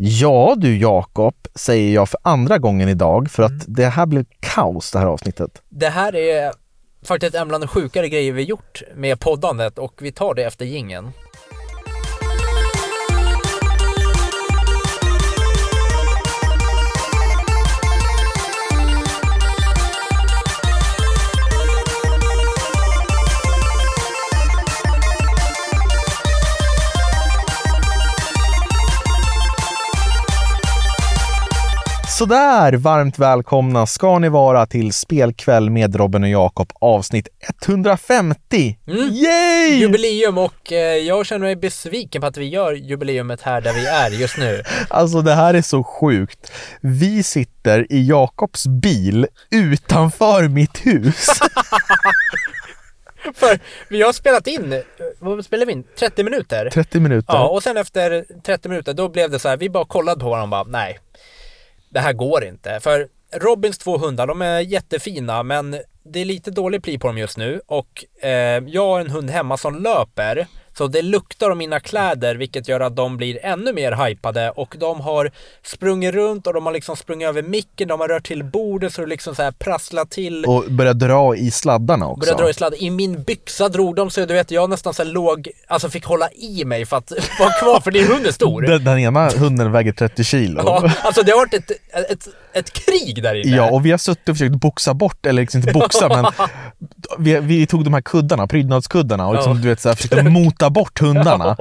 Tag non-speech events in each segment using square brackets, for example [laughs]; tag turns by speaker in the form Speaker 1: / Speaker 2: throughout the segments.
Speaker 1: Ja du Jakob, säger jag för andra gången idag för att
Speaker 2: Mm.
Speaker 1: det här blev kaos det här avsnittet.
Speaker 2: Det här är faktiskt en bland de sjukare grejer vi gjort med poddandet och vi tar det efter gingen.
Speaker 1: Sådär, varmt välkomna ska ni vara till Spelkväll med Robin och Jakob avsnitt 150!
Speaker 2: Mm.
Speaker 1: Yay!
Speaker 2: Jubileum och eh, jag känner mig besviken på att vi gör jubileumet här där vi är just nu.
Speaker 1: Alltså det här är så sjukt. Vi sitter i Jakobs bil utanför mitt
Speaker 2: [laughs]
Speaker 1: hus.
Speaker 2: För vi har spelat in, eh, vad spelade vi in? 30 minuter?
Speaker 1: 30 minuter.
Speaker 2: Ja, och sen efter 30 minuter då blev det så här, vi bara kollade på varandra och bara nej, det här går inte. För Robins två hundar, de är jättefina men det är lite dålig pli på dem just nu och eh, jag har en hund hemma som löper så det luktar om mina kläder vilket gör att de blir ännu mer hypade och de har sprungit runt och de har liksom sprungit över micken, de har rört till bordet så det liksom så här prasslar till
Speaker 1: Och börjar dra i sladdarna också.
Speaker 2: Började dra i sladd. I min byxa drog de sig, du vet jag nästan så här låg, alltså fick hålla i mig för att [laughs] vara kvar, för din hund är stor.
Speaker 1: den, den ena hunden väger 30 kilo.
Speaker 2: Ja, alltså det har varit ett, ett, ett krig där inne.
Speaker 1: Ja, och vi har suttit och försökt boxa bort, eller liksom inte boxa, men vi, vi tog de här kuddarna, prydnadskuddarna och liksom,
Speaker 2: Ja.
Speaker 1: du vet, så här, försökte mota bort hundarna.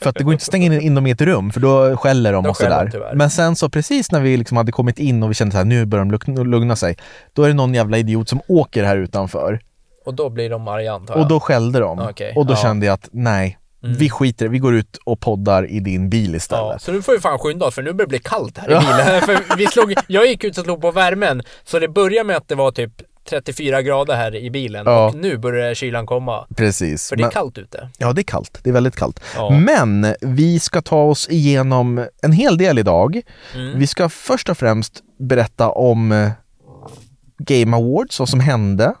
Speaker 1: För att det går inte att stänga in, in dem i ett rum, för då skäller de
Speaker 2: Då
Speaker 1: och
Speaker 2: skäller de
Speaker 1: sådär.
Speaker 2: tyvärr.
Speaker 1: Men sen så precis när vi liksom hade kommit in och vi kände så här, nu börjar de lugna, lugna sig, då är det någon jävla idiot som åker här utanför.
Speaker 2: Och då blir de arga antar jag.
Speaker 1: Och då skällde de.
Speaker 2: Okej,
Speaker 1: Och då
Speaker 2: ja. Mm.
Speaker 1: kände jag att nej, vi skiter i det. vi går ut och poddar i din bil
Speaker 2: Ja,
Speaker 1: istället.
Speaker 2: så nu får vi fan skynda oss för nu börjar det bli kallt här i bilen. [laughs] för vi slog, jag gick ut och slog på värmen, så det började med att det var typ 34 grader här i bilen
Speaker 1: Ja.
Speaker 2: och nu börjar kylan komma.
Speaker 1: Precis.
Speaker 2: För det är
Speaker 1: Men-
Speaker 2: kallt ute.
Speaker 1: Ja, det är kallt. Det är väldigt kallt.
Speaker 2: Ja.
Speaker 1: Men vi ska ta oss igenom en hel del idag. Vi ska först och främst berätta om eh, Game Awards, vad som hände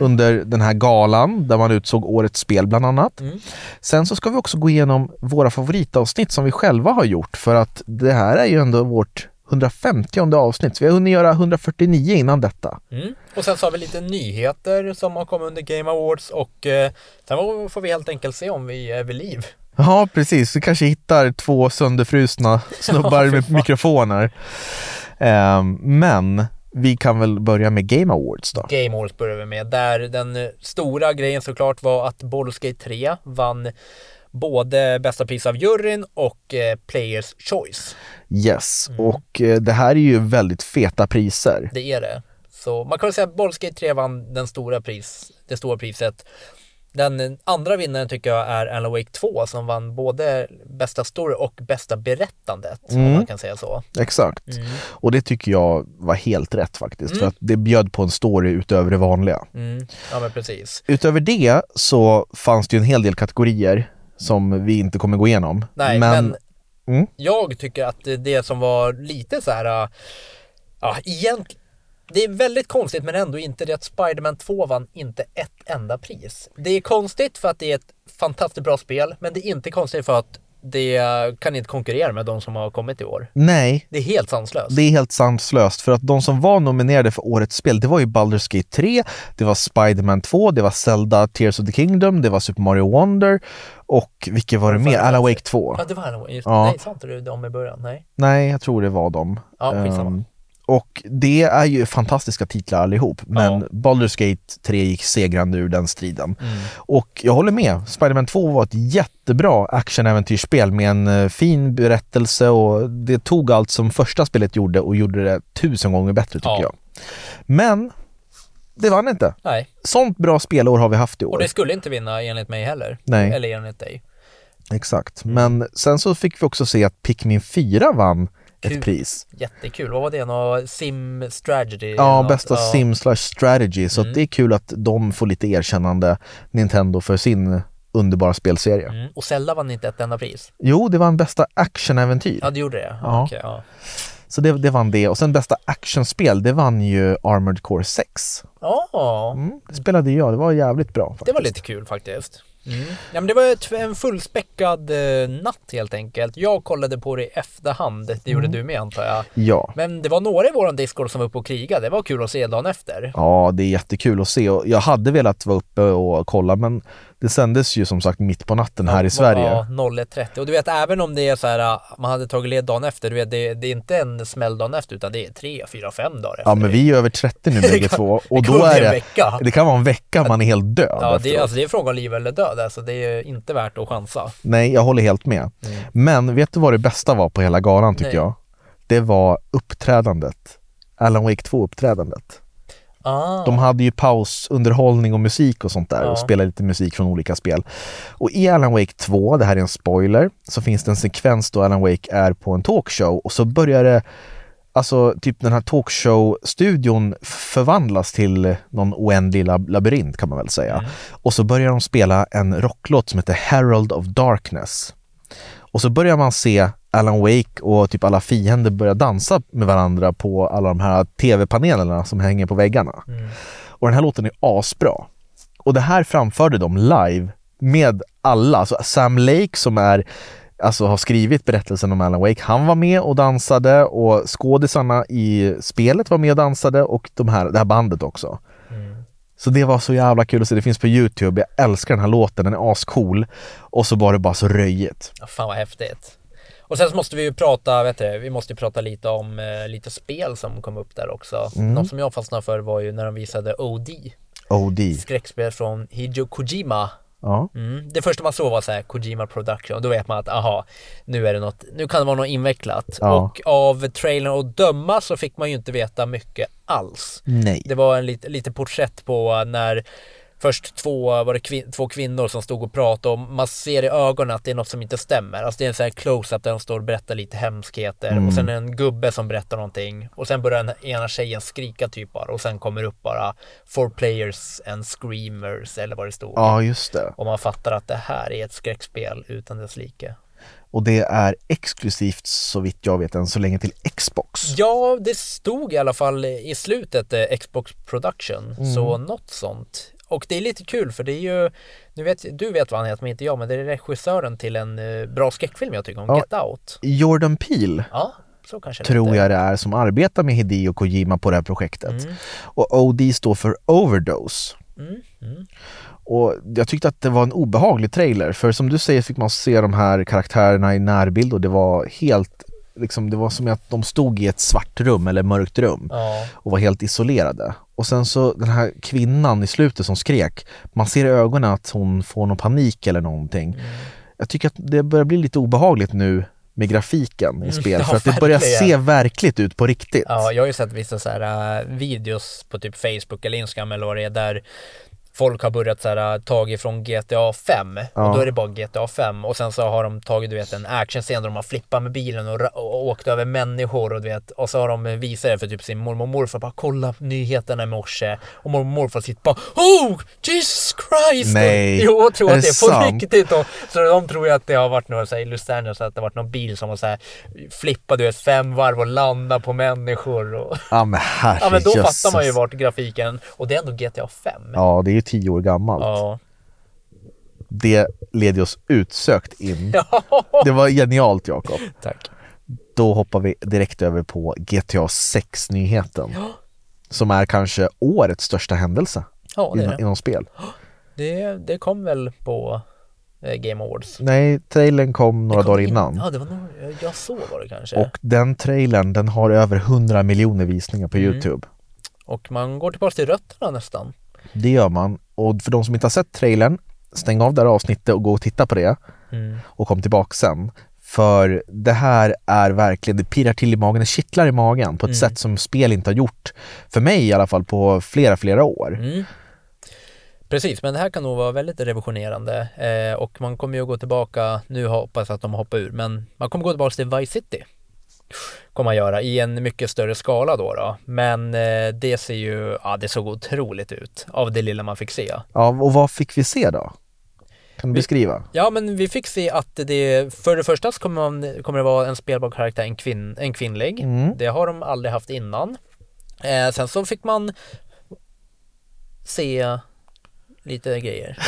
Speaker 1: under den här galan där man utsåg årets spel bland annat. Sen så ska vi också gå igenom våra favoritavsnitt som vi själva har gjort för att det här är ju ändå vårt 150 avsnitt. Så vi har hunnit göra 149 innan detta.
Speaker 2: Mm. Och sen så har vi lite nyheter som har kommit under Game Awards och eh, sen får vi helt enkelt se om vi är vid liv.
Speaker 1: Ja, precis. Vi kanske hittar två
Speaker 2: [laughs]
Speaker 1: sönderfrusna snubbar med mikrofoner. Ehm, men vi kan väl börja med Game Awards då.
Speaker 2: Game Awards börjar vi med, där den eh, stora grejen såklart var att Baldur's Gate 3 vann både bästa pris av juryn och eh, Players Choice.
Speaker 1: Yes,
Speaker 2: Mm.
Speaker 1: och eh, det här är ju väldigt feta priser.
Speaker 2: Det är det. Så man kan väl säga att Baldur's Gate 3 vann den stora pris, det stora priset. Den eh, andra vinnaren tycker jag är Alan Wake 2 som vann både bästa story och bästa berättandet, om man kan säga så.
Speaker 1: Exakt.
Speaker 2: Mm.
Speaker 1: Och det tycker jag var helt rätt faktiskt, för att det bjöd på en story utöver det vanliga.
Speaker 2: Mm. Ja men precis.
Speaker 1: Utöver det så fanns det ju en hel del kategorier som vi inte kommer gå igenom.
Speaker 2: Nej, men,
Speaker 1: Mm.
Speaker 2: jag tycker att det- det som var lite så här, äh, ja egentligen, det är väldigt konstigt men ändå inte det att Spider-Man 2 vann inte ett enda pris. Det är konstigt för att det är ett fantastiskt bra spel, men det är inte konstigt för att det kan inte konkurrera med de som har kommit i år.
Speaker 1: Nej,
Speaker 2: Det är helt sanslöst.
Speaker 1: Det är helt sanslöst för att de som var nominerade för årets spel det var ju Baldur's Gate 3, det var Spider-Man 2, det var Zelda Tears of the Kingdom, det var Super Mario Wonder och vilket var det mer? Alan Wake 2?
Speaker 2: Ja, det var Halloween. Just,
Speaker 1: Ja.
Speaker 2: Nej, sa inte du dem i början? Nej.
Speaker 1: Nej, jag tror det var dem.
Speaker 2: Ja, skitsamma.
Speaker 1: Ehm, och det är ju fantastiska titlar allihop, men Baldur's Gate 3 gick segrande ur den striden. Och jag håller med, Spider-Man 2 var ett jättebra actionäventyrsspel med en eh, fin berättelse och det tog allt som första spelet gjorde och gjorde det tusen gånger bättre tycker
Speaker 2: Ja.
Speaker 1: jag. Men det vann inte.
Speaker 2: Nej,
Speaker 1: Sånt bra spelår har vi haft i
Speaker 2: och
Speaker 1: år.
Speaker 2: det skulle inte vinna enligt mig heller.
Speaker 1: Nej.
Speaker 2: Eller enligt dig.
Speaker 1: Exakt.
Speaker 2: Mm.
Speaker 1: Men sen så fick vi också se att Pikmin 4 vann ett
Speaker 2: Kul.
Speaker 1: pris.
Speaker 2: Jättekul. Vad var det? Någon sim strategy? eller
Speaker 1: Ja,
Speaker 2: något?
Speaker 1: bästa
Speaker 2: Ja. Mm.
Speaker 1: sim slash strategy. Så att det är kul att de får lite erkännande, Nintendo, för sin underbara spelserie.
Speaker 2: Mm. Och Zelda vann inte ett enda pris.
Speaker 1: Jo, det vann bästa actionäventyr.
Speaker 2: Ja, det gjorde det.
Speaker 1: Ja.
Speaker 2: Okej, ja.
Speaker 1: Så det, det vann det. Och sen bästa actionspel, det vann ju Armored Core 6.
Speaker 2: ja
Speaker 1: Mm, det spelade jag, det var jävligt bra.
Speaker 2: det
Speaker 1: Faktiskt.
Speaker 2: var lite kul faktiskt. Mm. Ja, men det var ett, en fullspäckad eh, natt helt enkelt. Jag kollade på det i efterhand, det gjorde
Speaker 1: Mm.
Speaker 2: du med antar jag.
Speaker 1: Ja.
Speaker 2: Men det var några i våran Discord som var uppe och krigade, det var kul att se dagen efter.
Speaker 1: Ja, det är jättekul att se och jag hade velat vara uppe och kolla men det sändes ju som sagt mitt på natten här i Sverige.
Speaker 2: Ja, 01.30. Och du vet, även om det är så här, ah, man hade tagit led dagen efter, du vet, det, det är inte en smäll dagen efter, utan det är tre, fyra, fem dagar efter.
Speaker 1: Ja, men vi är ju över 30
Speaker 2: [laughs]
Speaker 1: nu bägge två och
Speaker 2: kommer
Speaker 1: då är
Speaker 2: bli en
Speaker 1: det,
Speaker 2: vecka.
Speaker 1: det kan vara en vecka man är helt död
Speaker 2: Ja, det, är-
Speaker 1: efteråt.
Speaker 2: alltså, det är fråga om liv eller död, alltså det är inte värt att chansa. Mm.
Speaker 1: Nej, jag håller helt med. Men vet du vad det bästa var på hela galan tycker
Speaker 2: Nej.
Speaker 1: jag? Det var uppträdandet. Alan Wake 2-uppträdandet.
Speaker 2: Ah,
Speaker 1: De hade ju pausunderhållning och musik och sånt där
Speaker 2: Ja.
Speaker 1: och spelade lite musik från olika spel. Och i Alan Wake 2, det här är en spoiler, så finns det en sekvens då Alan Wake är på en talkshow och så börjar det Alltså typ den här talkshow-studion förvandlas till någon oändlig lab- labyrint kan man väl säga. Och så börjar de spela en rocklåt som heter Herald of Darkness. Och så börjar man se Alan Wake och typ alla fiender börja dansa med varandra på alla de här tv-panelerna som hänger på väggarna. Och den här låten är asbra. Och det här framförde de live med alla. Alltså Sam Lake som är Alltså har skrivit berättelsen om Alan Wake. Han var med och dansade och skådisarna i spelet var med och dansade och de här, det här bandet också.
Speaker 2: Mm.
Speaker 1: Så det var så jävla kul att se. Det finns på Youtube. Jag älskar den här låten. Den är ascool. Och så var det bara så röjigt.
Speaker 2: fan vad häftigt. Och sen så måste vi ju prata, vet du, vi måste ju prata lite om eh, lite spel som kom upp där också. Något som jag fastnade för var ju när de visade OD,
Speaker 1: OD.
Speaker 2: skräckspel från Hideo Kojima.
Speaker 1: Ja.
Speaker 2: Mm. Det första man såg var så här, Kojima Production, då vet man att aha, nu är det något, nu kan det vara något invecklat.
Speaker 1: Ja.
Speaker 2: Och av trailern att döma så fick man ju inte veta mycket alls.
Speaker 1: Nej.
Speaker 2: Det var en lite, lite porträtt på när först två, var det kvin- två kvinnor som stod och pratade och man ser i ögonen att det är något som inte stämmer. Alltså det är en sån här close-up där de står och berättar lite hemskheter och sen är det en gubbe som berättar någonting och sen börjar den ena tjejen skrika typ bara och sen kommer upp bara for players and screamers eller vad det stod.
Speaker 1: Ja, just det.
Speaker 2: Och man fattar att det här är ett skräckspel utan dess like.
Speaker 1: Och det är exklusivt så vitt jag vet än så länge till Xbox.
Speaker 2: Ja, det stod i alla fall i slutet eh, Xbox Production,
Speaker 1: Mm.
Speaker 2: så något sånt. Och det är lite kul för det är ju, nu vet, du vet vad han heter men inte jag, men det är regissören till en eh, bra skräckfilm jag tycker om,
Speaker 1: Ja.
Speaker 2: Get Out.
Speaker 1: Jordan Peele
Speaker 2: Ja, så kanske det Mm.
Speaker 1: tror
Speaker 2: heter.
Speaker 1: jag det är som arbetar med Hideo Kojima på det här projektet. Och OD står för Overdose.
Speaker 2: Mm, mm.
Speaker 1: Och jag tyckte att det var en obehaglig trailer för som du säger fick man se de här karaktärerna i närbild och det var helt liksom, det var som att de stod i ett svart rum eller mörkt rum
Speaker 2: Ja,
Speaker 1: och var helt isolerade. Och sen så den här kvinnan i slutet som skrek, man ser i ögonen att hon får någon panik eller någonting.
Speaker 2: Mm.
Speaker 1: Jag tycker att det börjar bli lite obehagligt nu med grafiken i spel
Speaker 2: Mm, [laughs] ja,
Speaker 1: för att det börjar
Speaker 2: verkligen.
Speaker 1: se verkligt ut på riktigt.
Speaker 2: ja, jag har ju sett vissa så här eh, videos på typ Facebook eller Instagram eller vad det är där folk har börjat så här, tag ifrån GTA 5
Speaker 1: Ja.
Speaker 2: och då är det bara GTA 5 och sen så har de tagit du vet en actionscen där de har flippat med bilen och, ra- och åkt över människor och du vet och så har de visat det för typ sin mormor och morfar bara kolla nyheterna i morse och mormor och morfar sitter bara oh Jesus Christ
Speaker 1: Nej,
Speaker 2: och, jo och tror
Speaker 1: är
Speaker 2: att
Speaker 1: det
Speaker 2: det är på
Speaker 1: sant?
Speaker 2: riktigt och så de tror ju att det har varit några så här illustrationer så att det har varit någon bil som har så här flippat du vet fem varv och landat på människor och
Speaker 1: Ja men
Speaker 2: ja men då
Speaker 1: herrejösses.
Speaker 2: fattar man ju vart grafiken och det är ändå GTA 5
Speaker 1: Ja, det är ju tio år gammalt.
Speaker 2: Ja.
Speaker 1: Det leder oss utsökt in.
Speaker 2: Ja,
Speaker 1: [laughs] Det var genialt Jakob.
Speaker 2: tack.
Speaker 1: Då hoppar vi direkt över på GTA 6-nyheten. Som är kanske årets största händelse
Speaker 2: Ja, det, är
Speaker 1: inom,
Speaker 2: det.
Speaker 1: inom spel.
Speaker 2: Det, det kom väl på eh, Game Awards?
Speaker 1: Nej, trailern kom några
Speaker 2: Det kom
Speaker 1: dagar
Speaker 2: in-
Speaker 1: innan.
Speaker 2: Ja, det var nog, jag- jag såg var det kanske. Och,
Speaker 1: Och den trailern, den har över 100 miljoner visningar
Speaker 2: Mm.
Speaker 1: på Youtube.
Speaker 2: man går tillbaka till rötterna nästan.
Speaker 1: Det gör man. Och för de som inte har sett trailern, stäng av det här avsnittet och gå och titta på det.
Speaker 2: Mm.
Speaker 1: Och kom tillbaka sen. För det här är verkligen, det pirrar till i magen, det kittlar i magen på ett
Speaker 2: Mm.
Speaker 1: sätt som spel inte har gjort, för mig i alla fall, på flera, flera år.
Speaker 2: Mm. Precis, men det här kan nog vara väldigt revisionerande eh, och man kommer ju att gå tillbaka, nu hoppas jag att de hoppar ur, men man kommer gå tillbaka till Vice City. Kommer man göra i en mycket större skala då. då. Men eh, det ser ju, ja det såg otroligt ut av det lilla man fick se.
Speaker 1: Ja, och vad fick vi se då? Kan du
Speaker 2: Vi-
Speaker 1: beskriva?
Speaker 2: Ja men vi fick se att det, för det första så kommer, man, kommer det vara en spelbar karaktär, en, kvinn, en kvinnlig.
Speaker 1: Mm.
Speaker 2: Det har de aldrig haft innan. Eh, sen så fick man se lite grejer.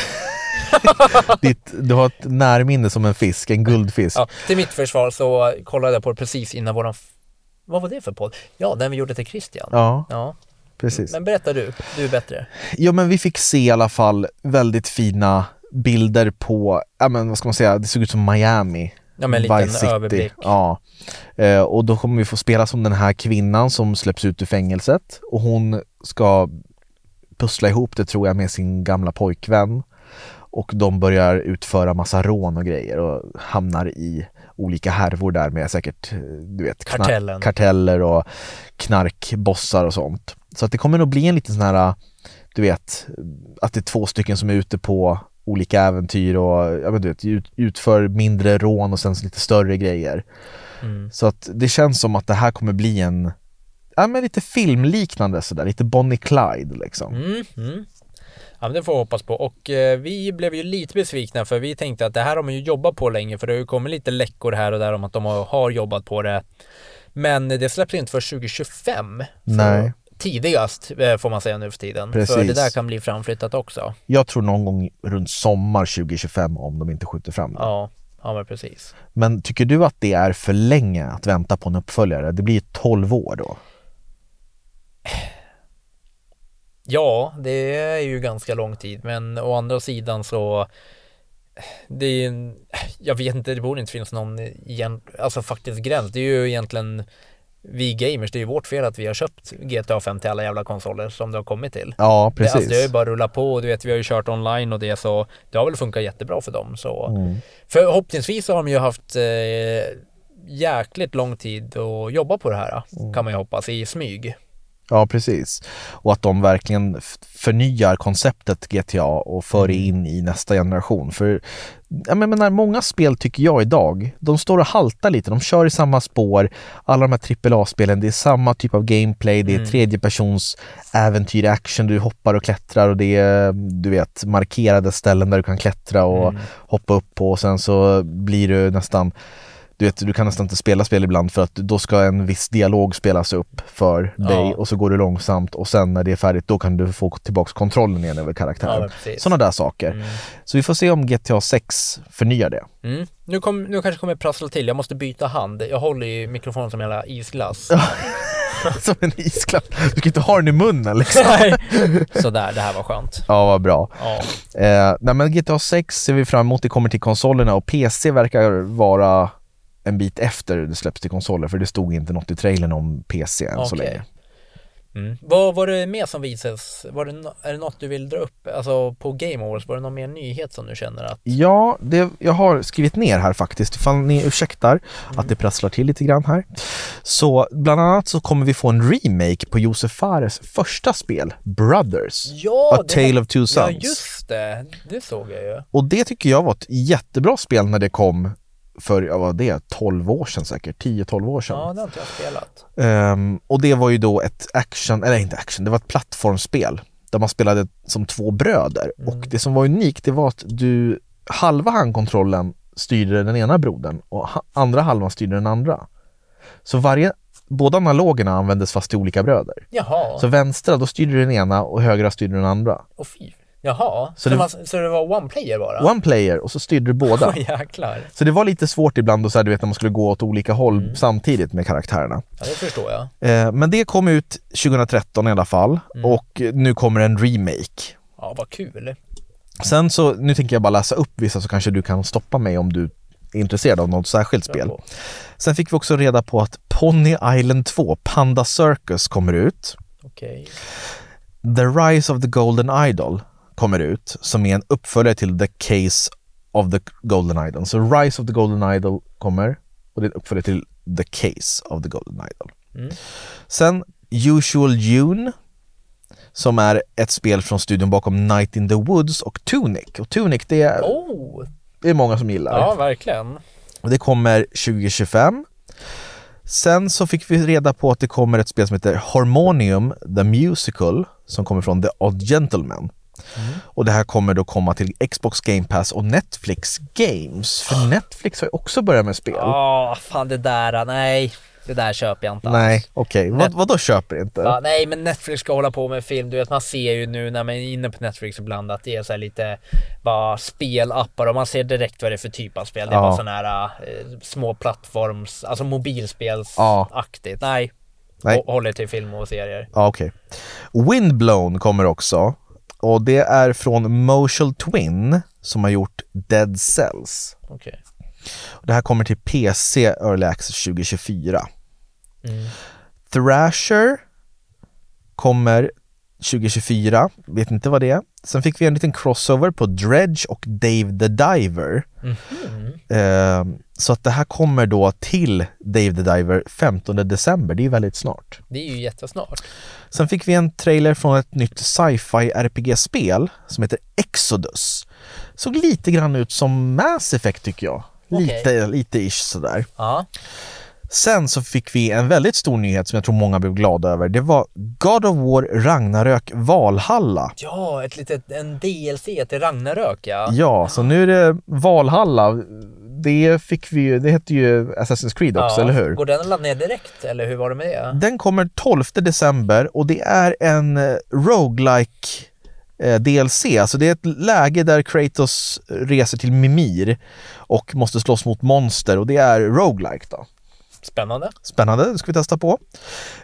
Speaker 1: Ditt, du har ett närminne som en fisk, en guldfisk.
Speaker 2: Ja, till mitt försvar så kollade jag på det precis innan våran... f- Vad var det för podd? Ja, den vi gjorde till Christian.
Speaker 1: Ja,
Speaker 2: Ja.
Speaker 1: precis.
Speaker 2: Men berätta du, du är bättre.
Speaker 1: Ja, men vi fick se i alla fall väldigt fina bilder på, ja men vad ska man säga, det såg ut som Miami.
Speaker 2: Ja, men en liten
Speaker 1: Vice City.
Speaker 2: överblick.
Speaker 1: Ja. Eh, och då kommer vi få spela som den här kvinnan som släpps ut ur fängelset och hon ska pussla ihop det tror jag med sin gamla pojkvän och de börjar utföra massa rån och grejer och hamnar i olika härvor där med säkert, eh, du vet, knar-
Speaker 2: Kartellen.
Speaker 1: karteller och knarkbossar och sånt. Så att det kommer nog bli en liten sån här, du vet, att det är två stycken som är ute på olika äventyr och ja, men du vet, ut, utför mindre rån och sen lite större grejer.
Speaker 2: Mm.
Speaker 1: Så att det känns som att det här kommer bli en, ja men lite filmliknande sådär, lite Bonnie Clyde liksom.
Speaker 2: Mm, mm. Ja, men det får vi hoppas på. Och eh, vi blev ju lite besvikna för vi tänkte att det här har man ju jobbat på länge för det har ju kommit lite läckor här och där om att de har, har jobbat på det. Men det släpps inte för 2025. Så
Speaker 1: Nej.
Speaker 2: Tidigast eh, får man säga nu för tiden. För
Speaker 1: Precis.
Speaker 2: det där kan bli framflyttat också.
Speaker 1: Jag tror någon gång runt sommar 2025 om de inte skjuter fram det.
Speaker 2: Ja, ja men precis.
Speaker 1: Men tycker du att det är för länge att vänta på en uppföljare? Det blir ju 12 år då.
Speaker 2: Ja, det är ju ganska lång tid, men å andra sidan så det är ju en, jag vet inte, det borde inte finnas någon igen, alltså faktiskt gräns. Det är ju egentligen vi gamers, det är ju vårt fel att vi har köpt GTA 5 till alla jävla konsoler som det har kommit till.
Speaker 1: Ja,
Speaker 2: Det, alltså,
Speaker 1: precis.
Speaker 2: det har ju bara rullat på och du vet, vi har ju kört online och det så det har väl funkat jättebra för dem. Så
Speaker 1: Mm.
Speaker 2: förhoppningsvis så har de ju haft eh, jäkligt lång tid att jobba på det här kan man ju hoppas i smyg.
Speaker 1: Ja, precis. Och att de verkligen f- förnyar konceptet GTA och för det in i nästa generation. För jag menar, många spel tycker jag idag, de står och haltar lite. De kör i samma spår. Alla de här AAA-spelen, det är samma typ av gameplay. Det är tredjepersons äventyr, action. Du hoppar och klättrar och det är, du vet, markerade ställen där du kan klättra och
Speaker 2: Mm.
Speaker 1: hoppa upp på. Och sen så blir du nästan du, vet, du kan nästan inte spela spel ibland för att då ska en viss dialog spelas upp för dig och så går det långsamt och sen när det är färdigt då kan du få tillbaka kontrollen igen över
Speaker 2: Ja,
Speaker 1: karaktären.
Speaker 2: men precis.
Speaker 1: Sådana där saker. Så vi får se om GTA 6 förnyar
Speaker 2: [laughs]
Speaker 1: det. [laughs]
Speaker 2: Mm. Nu, kom, nu kanske kommer jag prassla till, jag måste byta hand. Jag håller i mikrofonen som en jävla [laughs] isglass.
Speaker 1: Som en isklapp. Du kan inte ha den i munnen liksom.
Speaker 2: Nej. Sådär, det här var skönt.
Speaker 1: Ja, vad bra.
Speaker 2: Ja.
Speaker 1: Eh, nej, men GTA 6 ser vi fram emot. Det kommer till konsolerna och PC verkar vara en bit efter det släpps till konsoler för det stod inte något i trailern om PC än så
Speaker 2: Okej.
Speaker 1: länge.
Speaker 2: Mm. Vad var det mer som visades? Var det, nå- är det något du vill dra upp? Alltså på Game Awards, var det någon mer nyhet som du känner att...
Speaker 1: Ja, det, jag har skrivit ner här faktiskt, ifall ni ursäktar
Speaker 2: Mm.
Speaker 1: att det prasslar till lite grann här. Så bland annat så kommer vi få en remake på Josef Fares första spel, Brothers.
Speaker 2: Ja,
Speaker 1: A Tale of Two
Speaker 2: ja
Speaker 1: Sons.
Speaker 2: just det. Det såg jag ju.
Speaker 1: Och det tycker jag var ett jättebra spel när det kom för, ja, vad var det, 12 år sedan säkert, 10-12 år sedan.
Speaker 2: Ja, det har inte jag spelat.
Speaker 1: Ehm, och det var ju då ett action, eller inte action, det var ett plattformsspel där man spelade som två bröder. Och det som var unikt, det var att du, halva handkontrollen styrde den ena brodern och ha, andra halvan styrde den andra. Så varje, båda analogerna användes fast till olika bröder.
Speaker 2: Jaha,
Speaker 1: Så vänstra, då styrde du den ena och högra styrde den andra.
Speaker 2: och fy. Jaha, så,
Speaker 1: det-
Speaker 2: man, så det var one player bara?
Speaker 1: One player och så styrde du båda.
Speaker 2: [laughs] Åh, jäklar.
Speaker 1: Så det var lite svårt ibland och så här, du vet när man skulle gå åt olika håll samtidigt med karaktärerna.
Speaker 2: Ja, det förstår jag.
Speaker 1: Eh, Men det kom ut 2013 i alla fall och nu kommer en remake.
Speaker 2: Ja, vad kul.
Speaker 1: Sen så, nu tänker jag bara läsa upp vissa så kanske du kan stoppa mig om du är intresserad av något särskilt spel.
Speaker 2: på.
Speaker 1: Sen fick vi också reda på att Pony Island 2, Panda Circus, kommer ut.
Speaker 2: Okej.
Speaker 1: The Rise of the Golden Idol kommer ut som är en uppföljare till The Case of the Golden Idol. Så Rise of the Golden Idol kommer och det är en uppföljare till The Case of the Golden Idol.
Speaker 2: Mm.
Speaker 1: Sen Usual June som är ett spel från studion bakom Night in the Woods och Tunic. Och Tunic det är,
Speaker 2: Oh,
Speaker 1: det är många som gillar.
Speaker 2: ja verkligen.
Speaker 1: Och det kommer 2025. Sen så fick vi reda på att det kommer ett spel som heter Harmonium The Musical som kommer från The Odd Gentleman. Och det här kommer då komma till Xbox Game Pass och
Speaker 2: Ah,
Speaker 1: Netflix Games. För Netflix har ju också börjat med spel.
Speaker 2: Ja, fan det där, nej. Det där köper jag inte
Speaker 1: Nej,
Speaker 2: alls.
Speaker 1: okej.
Speaker 2: Nej.
Speaker 1: Vad, vadå köper inte?
Speaker 2: Ja, nej, men Netflix ska hålla på med film. Du vet, man ser ju nu när man är inne på Netflix ibland att det är så här lite bara spelappar och man ser direkt vad det är för typ av spel. Det är
Speaker 1: Ja.
Speaker 2: bara sådana här eh, små plattforms, alltså mobilspelsaktigt. Nej,
Speaker 1: Nej.
Speaker 2: nej. håller till film och serier.
Speaker 1: Ja, okej. Windblown kommer också. Och det är från Motional Twin som har gjort Dead Cells.
Speaker 2: Okej.
Speaker 1: Och Det här kommer till PC Early Access 2024.
Speaker 2: Mm.
Speaker 1: Thrasher kommer 2024, vet inte vad det är. Sen fick vi en liten crossover på Dredge och Dave the Diver.
Speaker 2: Mhm.
Speaker 1: Eh, så att det här kommer då till Dave the Diver 15 december, det är ju väldigt snart.
Speaker 2: Det är ju jättesnart.
Speaker 1: Sen fick vi en trailer från ett nytt sci-fi RPG-spel som heter Exodus. Såg lite grann ut som Mass Effect tycker jag.
Speaker 2: Okej.
Speaker 1: Lite, lite ish sådär.
Speaker 2: Ja.
Speaker 1: Sen så fick vi en väldigt stor nyhet som jag tror många blev glada över. Det var God of War Ragnarök Valhalla.
Speaker 2: ja, ett litet, en DLC till Ragnarök ja.
Speaker 1: Ja, så nu är det Valhalla. Det fick vi ju, det hette ju Assassin's Creed också,
Speaker 2: ja.
Speaker 1: eller hur?
Speaker 2: Går den att ladda ner direkt eller hur var det med det?
Speaker 1: Den kommer 12 december och det är en eh, roguelike eh, DLC, alltså det är ett läge där Kratos reser till Mimir och måste slåss mot monster och det är roguelike då.
Speaker 2: Spännande.
Speaker 1: Spännande, det ska vi testa på.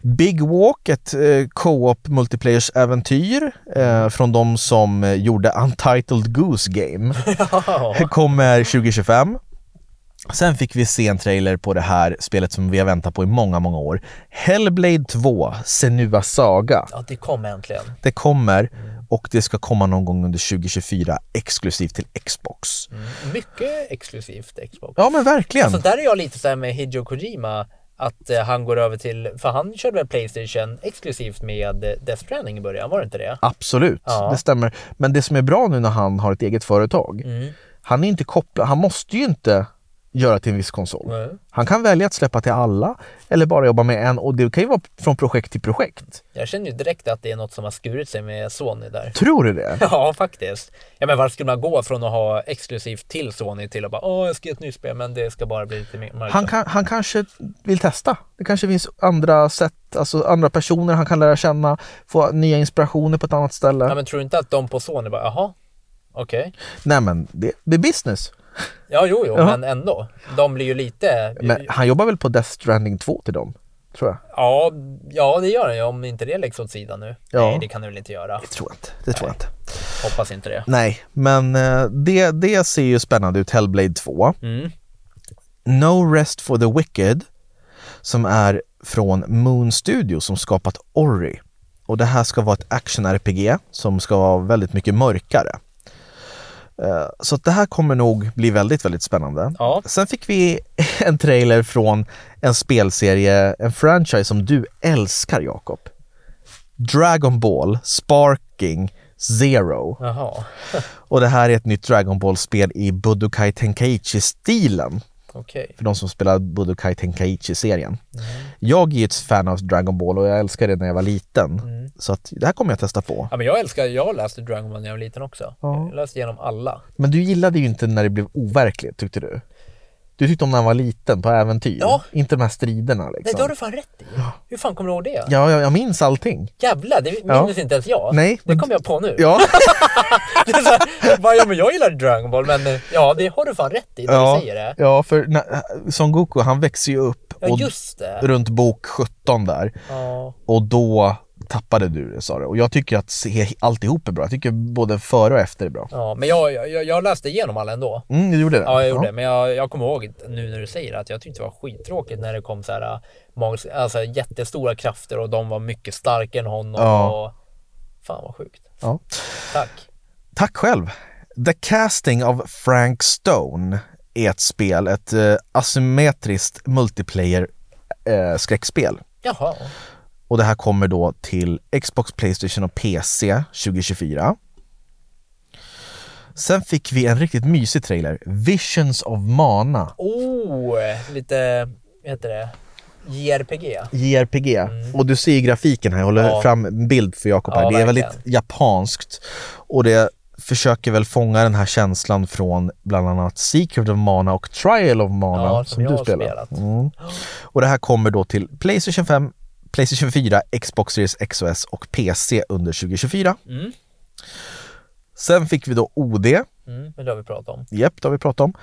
Speaker 1: Big Walk, ett eh, co-op multiplayers äventyr eh, från de som eh, gjorde Untitled Goose Game,
Speaker 2: Ja.
Speaker 1: [laughs] kommer 2025. Sen fick vi se en trailer på det här spelet som vi har väntat på i många, många år. Hellblade 2, Senua Saga.
Speaker 2: [laughs] ja, det kom äntligen.
Speaker 1: Det kommer och det ska komma någon gång under 2024 exklusivt till Xbox.
Speaker 2: Mm. Mycket exklusivt Xbox.
Speaker 1: Ja men verkligen!
Speaker 2: Alltså där är jag lite så här med Hideo Kojima att eh, han går över till, för han körde väl Playstation exklusivt med eh, Death Stranding i början, var det inte det?
Speaker 1: Absolut,
Speaker 2: Ja.
Speaker 1: det stämmer. Men det som är bra nu när han har ett eget företag,
Speaker 2: Mm.
Speaker 1: han är inte kopplad, han måste ju inte göra till en viss konsol.
Speaker 2: Nej.
Speaker 1: Han kan välja att släppa till alla eller bara jobba med en och det kan ju vara från projekt till projekt.
Speaker 2: Jag känner ju direkt att det är något som har skurit sig med Sony där. [laughs]
Speaker 1: Tror du det?
Speaker 2: Ja, faktiskt. Ja, men varför skulle man gå från att ha exklusivt till Sony till att bara åh, jag ska göra ett nytt spel, men det ska bara bli lite mer mörkt.
Speaker 1: Han, kan, han kanske vill testa. Det kanske finns andra sätt, alltså andra personer han kan lära känna, få nya inspirationer på ett annat ställe.
Speaker 2: Ja, men tror du inte att de på Sony bara, jaha, okej.
Speaker 1: Nej men det, det är business.
Speaker 2: Ja, jo, jo,
Speaker 1: Jaha.
Speaker 2: men ändå. De blir ju lite,
Speaker 1: Men han jobbar väl på Death Stranding 2 till dem, tror jag.
Speaker 2: ja, ja, det gör den ju om inte det läggs åt sidan nu.
Speaker 1: Ja.
Speaker 2: Nej, det kan du väl inte göra.
Speaker 1: Det tror jag inte. Det tror jag inte.
Speaker 2: Hoppas inte det.
Speaker 1: Nej, men eh, det, det ser ju spännande ut, Hellblade 2.
Speaker 2: Mm.
Speaker 1: No Rest for the Wicked, som är från Moon Studio som skapat Ori. Och det här ska vara ett action-RPG som ska vara väldigt mycket mörkare. Eh, Så att det här kommer nog bli väldigt, väldigt spännande.
Speaker 2: Ja.
Speaker 1: Sen fick vi [laughs] en trailer från en spelserie, en franchise som du älskar, Jakob. Dragon Ball Sparking Zero.
Speaker 2: Jaha,
Speaker 1: Och det här är ett nytt Dragon Ball-spel i Budokai Tenkaichi-stilen,
Speaker 2: okej.
Speaker 1: för de som spelar Budokai Tenkaichi-serien.
Speaker 2: Mm.
Speaker 1: Jag är ju ett fan av Dragon Ball och jag älskade det när jag var liten,
Speaker 2: Mm.
Speaker 1: så att det här kommer jag testa på.
Speaker 2: Ja, men jag älskar, jag läste Dragon Ball när jag var liten också.
Speaker 1: Ja.
Speaker 2: Jag läste igenom alla.
Speaker 1: Men du gillade ju inte när det blev overkligt, tyckte du? Du tyckte om när han var liten, på äventyr,
Speaker 2: Ja.
Speaker 1: inte de här striderna liksom.
Speaker 2: Nej, det har du fan rätt i. Hur fan kommer du ihåg det?
Speaker 1: Ja, jag, jag minns
Speaker 2: [laughs]
Speaker 1: allting.
Speaker 2: Jävlar, det minns
Speaker 1: Ja.
Speaker 2: inte ens jag.
Speaker 1: Nej,
Speaker 2: Det
Speaker 1: men-
Speaker 2: kom jag på nu.
Speaker 1: Ja,
Speaker 2: Det är [laughs] så här, bara, ja, men jag gillar Dragon Ball, men eh, ja, det har du fan rätt i när
Speaker 1: ja,
Speaker 2: du säger det.
Speaker 1: ja för när, Son Goku, han växer ju upp
Speaker 2: Ja,
Speaker 1: och
Speaker 2: just det.
Speaker 1: runt bok 17 där.
Speaker 2: Ja.
Speaker 1: och då tappade du det sa du. Och jag tycker att se alltihop är bra. Jag tycker både före och efter är bra.
Speaker 2: Ja, men jag, jag, jag läste igenom alla ändå.
Speaker 1: Mm, du gjorde det?
Speaker 2: Ja, jag gjorde det. Men jag, jag kommer ihåg nu när du säger det, att jag tyckte det var skittråkigt när det kom så här äh, magiska, alltså jättestora krafter och de var mycket starkare än honom.
Speaker 1: Ja.
Speaker 2: Och... Fan vad sjukt.
Speaker 1: Ja.
Speaker 2: Tack.
Speaker 1: Tack själv. The Casting of Frank Stone är ett spel, ett eh, asymmetriskt multiplayer eh, skräckspel.
Speaker 2: Jaha.
Speaker 1: Och det här kommer då till Xbox, Playstation och PC 2024. Sen fick vi en riktigt mysig trailer, Visions of Mana.
Speaker 2: Oh, lite, vad heter det? JRPG.
Speaker 1: JRPG. Och du ser ju grafiken här, jag håller
Speaker 2: Mm. Ja.
Speaker 1: fram en bild för Jakob här.
Speaker 2: Ja,
Speaker 1: det är
Speaker 2: verkligen.
Speaker 1: väldigt japanskt och det försöker väl fånga den här känslan från bland annat Secret of Mana och Trial of Mana
Speaker 2: Ja, som
Speaker 1: som,
Speaker 2: jag
Speaker 1: du
Speaker 2: har
Speaker 1: spelar.
Speaker 2: spelat.
Speaker 1: Mm. Och det här kommer då till Playstation 5, Playstation 4, Xbox Series X och S och PC under 2024.
Speaker 2: Mm.
Speaker 1: Sen fick vi då OD,
Speaker 2: Mm, men det har vi pratat om.
Speaker 1: japp det har vi pratat om.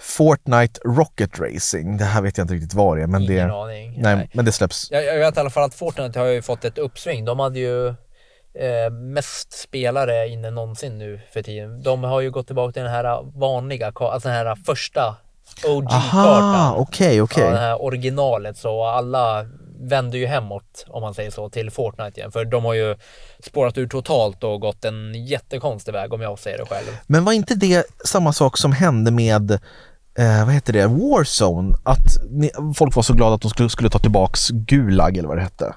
Speaker 1: Fortnite Rocket Racing, det här vet jag inte riktigt vad det är men, det,
Speaker 2: Ingen
Speaker 1: nej,
Speaker 2: aning.
Speaker 1: men det släpps.
Speaker 2: Jag, jag vet i alla fall att Fortnite har ju fått ett uppsving. De hade ju eh, mest spelare inne någonsin nu för tiden. De har ju gått tillbaka till den här vanliga, ka- alltså den här första
Speaker 1: Aha,
Speaker 2: OG-kartan.
Speaker 1: okej okej.
Speaker 2: Ja, det här originalet så alla vänder ju hemåt om man säger så till Fortnite igen. För de har ju spårat ur totalt och gått en jättekonstig väg om jag säger det själv.
Speaker 1: Men var inte det samma sak som hände med eh, vad heter det, Warzone? Att ni, folk var så glada att de skulle, skulle ta tillbaks Gulag eller vad det hette.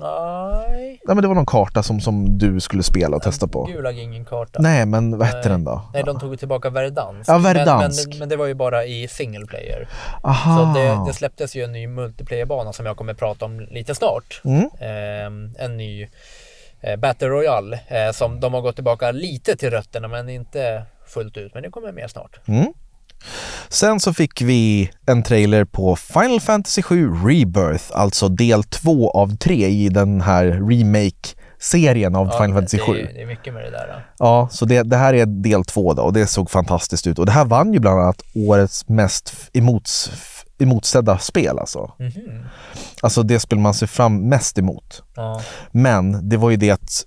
Speaker 2: Nej.
Speaker 1: Nej men det var någon karta som, som du skulle spela och testa på.
Speaker 2: Gulag är ingen karta.
Speaker 1: Nej men vad hette den då?
Speaker 2: Nej, de tog ju tillbaka Verdansk.
Speaker 1: Ja, Verdansk.
Speaker 2: Men, men, men det var ju bara i single player.
Speaker 1: Aha.
Speaker 2: Så
Speaker 1: Ah.
Speaker 2: det, det släpptes ju en ny multiplayerbana som jag kommer prata om lite snart.
Speaker 1: Mm.
Speaker 2: Ehm, en ny eh, Battle Royale eh, som de har gått tillbaka lite till rötterna men inte fullt ut. Men det kommer mer snart.
Speaker 1: Mm. Sen så fick vi en trailer på Final Fantasy 7 Rebirth, alltså del två av tre i den här remake-serien av Final Fantasy 7.
Speaker 2: Det, är- det är mycket med det där. då.
Speaker 1: Ja, så det, det här är del två då och det såg fantastiskt ut. Och det här vann ju bland annat årets mest f- emots, f- emotsedda spel alltså.
Speaker 2: Mhm.
Speaker 1: Alltså det spel man ser fram mest emot.
Speaker 2: Ja. [laughs]
Speaker 1: Men det var ju det att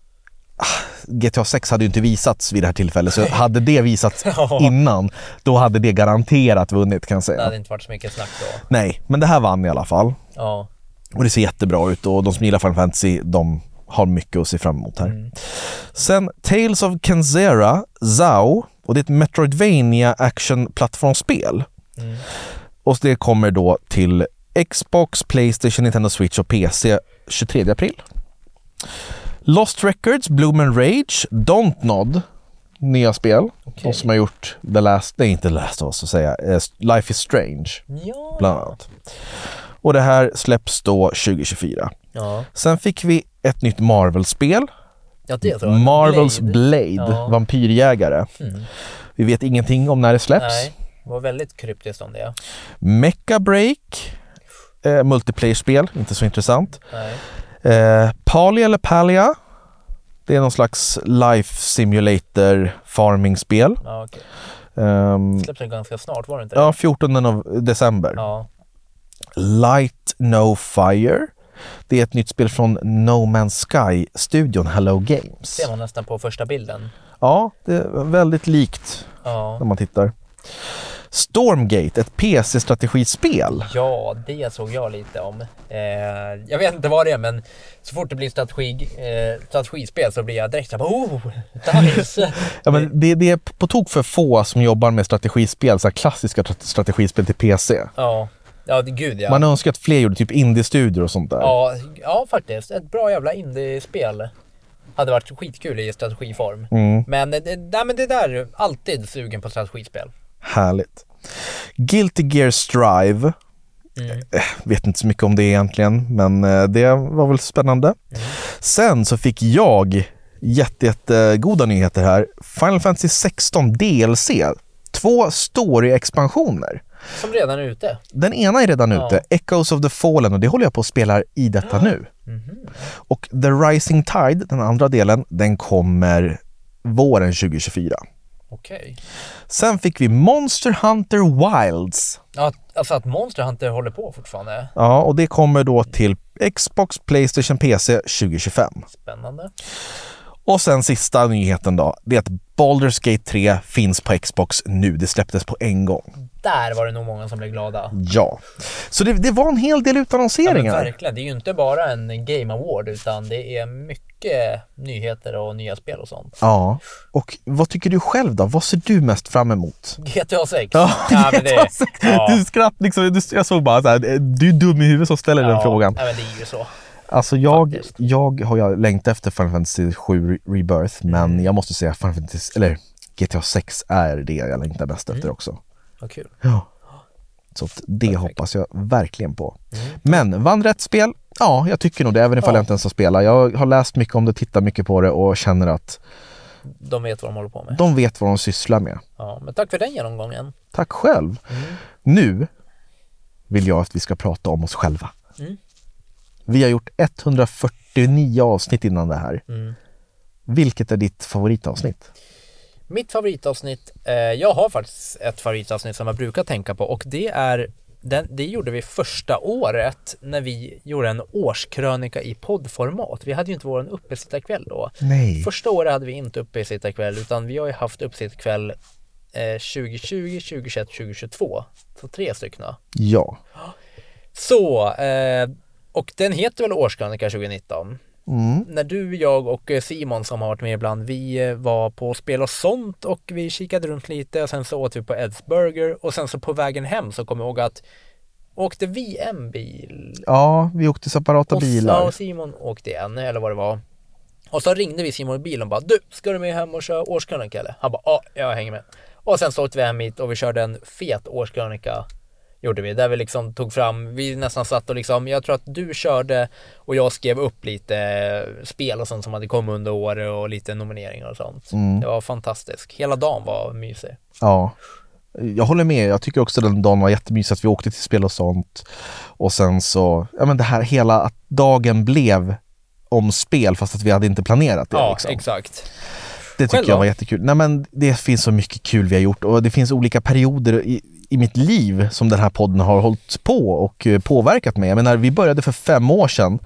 Speaker 1: ah, GTA 6 hade ju inte visats vid det här tillfället, så hade det visats
Speaker 2: [laughs] Ja.
Speaker 1: innan, då hade det garanterat vunnit kan jag
Speaker 2: Det
Speaker 1: säga.
Speaker 2: hade inte varit så mycket snack då.
Speaker 1: Nej, men det här vann i alla fall.
Speaker 2: Ja.
Speaker 1: Och det ser jättebra ut och de som gillar Final Fantasy, de har mycket att se fram emot här.
Speaker 2: Mm.
Speaker 1: Sen Tales of Kenzera, Zao, och det är ett Metroidvania action-plattformsspel.
Speaker 2: Mm.
Speaker 1: Och det kommer då till Xbox, Playstation, Nintendo Switch och PC 23 april. Lost Records, Bloom and Rage, Dontnod, nya spel.
Speaker 2: Okej.
Speaker 1: De som har gjort The Last, nej inte The Last of Us, att säga, eh, Life is Strange bland
Speaker 2: Ja.
Speaker 1: annat. Och det här släpps då 2024.
Speaker 2: Ja.
Speaker 1: Sen fick vi ett nytt Marvel-spel.
Speaker 2: ja, det tror jag.
Speaker 1: Marvels
Speaker 2: Blade.
Speaker 1: Blade,
Speaker 2: Ja.
Speaker 1: vampyrjägare.
Speaker 2: Mm.
Speaker 1: Vi vet ingenting om när det släpps.
Speaker 2: Nej, det var väldigt kryptiskt om det.
Speaker 1: Mecha Break, eh, multiplayer-spel, inte så intressant.
Speaker 2: Nej.
Speaker 1: Eh, Pali eller Palia, det är någon slags life simulator farming-spel.
Speaker 2: Ja, okej.
Speaker 1: Ehm,
Speaker 2: Släpps det ganska snart, var det inte det?
Speaker 1: ja, 14 av december.
Speaker 2: Ja.
Speaker 1: Light No Fire. Det är ett nytt spel från No Man's Sky-studion Hello Games.
Speaker 2: Ser man nästan på första bilden.
Speaker 1: Ja, det är väldigt likt när
Speaker 2: Ja.
Speaker 1: man tittar. Stormgate, ett PC-strategispel.
Speaker 2: Ja, det såg jag lite om. Eh, jag vet inte vad det är, men så fort det blir strategi, eh, strategispel så blir jag direkt såhär, oh, nice!
Speaker 1: [laughs] Ja, men det, det är på tok för få som jobbar med strategispel, så här klassiska tra- strategispel till PC.
Speaker 2: ja. ja, det- gud ja.
Speaker 1: Man önskar att fler gjorde typ indie-studior och sånt där.
Speaker 2: ja. Ja, faktiskt. Ett bra jävla indiespel. Hade varit skitkul i strategiform.
Speaker 1: Mm,
Speaker 2: Men det, nej, men det där, alltid sugen på strategispel.
Speaker 1: härligt. Guilty Gear Strive.
Speaker 2: Mm.
Speaker 1: eh, Vet inte så mycket om det egentligen, men eh, det var väl spännande.
Speaker 2: Mm.
Speaker 1: Sen så fick jag jätte, jätte goda nyheter här. Final Fantasy 16 DLC. Två story-expansioner.
Speaker 2: Som redan är ute.
Speaker 1: Den ena är redan
Speaker 2: Ja.
Speaker 1: ute, Echoes of the Fallen, och det håller jag på och spelar i detta nu.
Speaker 2: Mhm.
Speaker 1: Och The Rising Tide, den andra delen, den kommer våren 2024.
Speaker 2: Okej.
Speaker 1: Sen fick vi Monster Hunter Wilds.
Speaker 2: Ja, att- alltså att Monster Hunter håller på fortfarande.
Speaker 1: Ja, och det kommer då till Xbox, Playstation, PC 2025.
Speaker 2: Spännande.
Speaker 1: Och sen sista nyheten då, det är att Baldur's Gate 3 finns på Xbox nu. Det släpptes på en gång.
Speaker 2: Där var det nog många som blev glada.
Speaker 1: Ja. Så det, det var en hel del
Speaker 2: Ja, men
Speaker 1: utannonseringar.
Speaker 2: verkligen. Det är ju inte bara en Game Award utan det är mycket nyheter och nya spel och sånt.
Speaker 1: Ja, och vad tycker du själv då? Vad ser du mest fram emot?
Speaker 2: GTA
Speaker 1: [laughs]
Speaker 2: 6. [laughs]
Speaker 1: det, Du skratt liksom, du, jag såg bara så här, du är dum i huvudet som ställer den frågan.
Speaker 2: Nej, men det är ju så.
Speaker 1: Alltså jag,
Speaker 2: Faktiskt.
Speaker 1: jag har jag längtat efter Final Fantasy 7 Re- Rebirth, men jag måste säga Final Fantasy, eller GTA 6 är det jag längtar mest efter också.
Speaker 2: Vad kul.
Speaker 1: Ja. Så att det hoppas jag verkligen på. Men vann rätt spel? Ja, jag tycker nog det, även ifall
Speaker 2: Ja.
Speaker 1: jag inte ens har spelat. Jag har läst mycket om det, tittat mycket på det och känner att
Speaker 2: de vet vad de håller på med.
Speaker 1: De vet vad de sysslar med.
Speaker 2: Ja, men tack för den genomgången.
Speaker 1: Tack själv.
Speaker 2: Mm.
Speaker 1: Nu vill jag att vi ska prata om oss själva.
Speaker 2: Mm.
Speaker 1: Vi har gjort 149 avsnitt innan det här.
Speaker 2: Mm.
Speaker 1: Vilket är ditt favoritavsnitt?
Speaker 2: Mitt favoritavsnitt, eh, jag har faktiskt ett favoritavsnitt som jag brukar tänka på och det är den, det gjorde vi första året när vi gjorde en årskrönika i poddformat. Vi hade ju inte vår uppesittarkväll då.
Speaker 1: Nej.
Speaker 2: Första året hade vi inte uppesittarkväll utan vi har ju haft uppesittarkväll eh, 2020, 2021, 2022. Så tre stycken.
Speaker 1: Ja.
Speaker 2: Så, eh, och den heter väl Årskrönika 2019?
Speaker 1: Mm.
Speaker 2: När du, jag och eh, Simon som har varit med ibland, vi eh, var på Spel och sånt och vi kikade runt lite och sen så åt vi på Eds Burger och sen så på vägen hem så kom jag ihåg att åkte vi en bil?
Speaker 1: Ja, vi åkte separata
Speaker 2: Ossa
Speaker 1: bilar.
Speaker 2: och Simon åkte en eller vad det var. Och så ringde vi Simon i bilen och bara du, ska du med hem och köra årskrönika eller? Han bara ja, jag hänger med. Och sen så åkte vi hem hit och vi körde en fet årskrönika gjorde vi, där vi liksom tog fram, vi nästan satt och liksom, jag tror att du körde och jag skrev upp lite eh, spel och sånt som hade kommit under året och lite nomineringar och sånt.
Speaker 1: Mm.
Speaker 2: Det var fantastiskt, hela dagen var mysig.
Speaker 1: Ja. Jag håller med. Jag tycker också den dagen var jättemysig att vi åkte till spel och sånt. Och sen så, ja men det här hela att dagen blev om spel fast att vi hade inte planerat det.
Speaker 2: Ja,
Speaker 1: liksom.
Speaker 2: exakt.
Speaker 1: Det tycker
Speaker 2: Själv då?
Speaker 1: jag var jättekul. Nej, men det finns så mycket kul vi har gjort och det finns olika perioder i, i mitt liv som den här podden har hållit på och eh, påverkat mig. Jag menar, vi började för fem år sedan.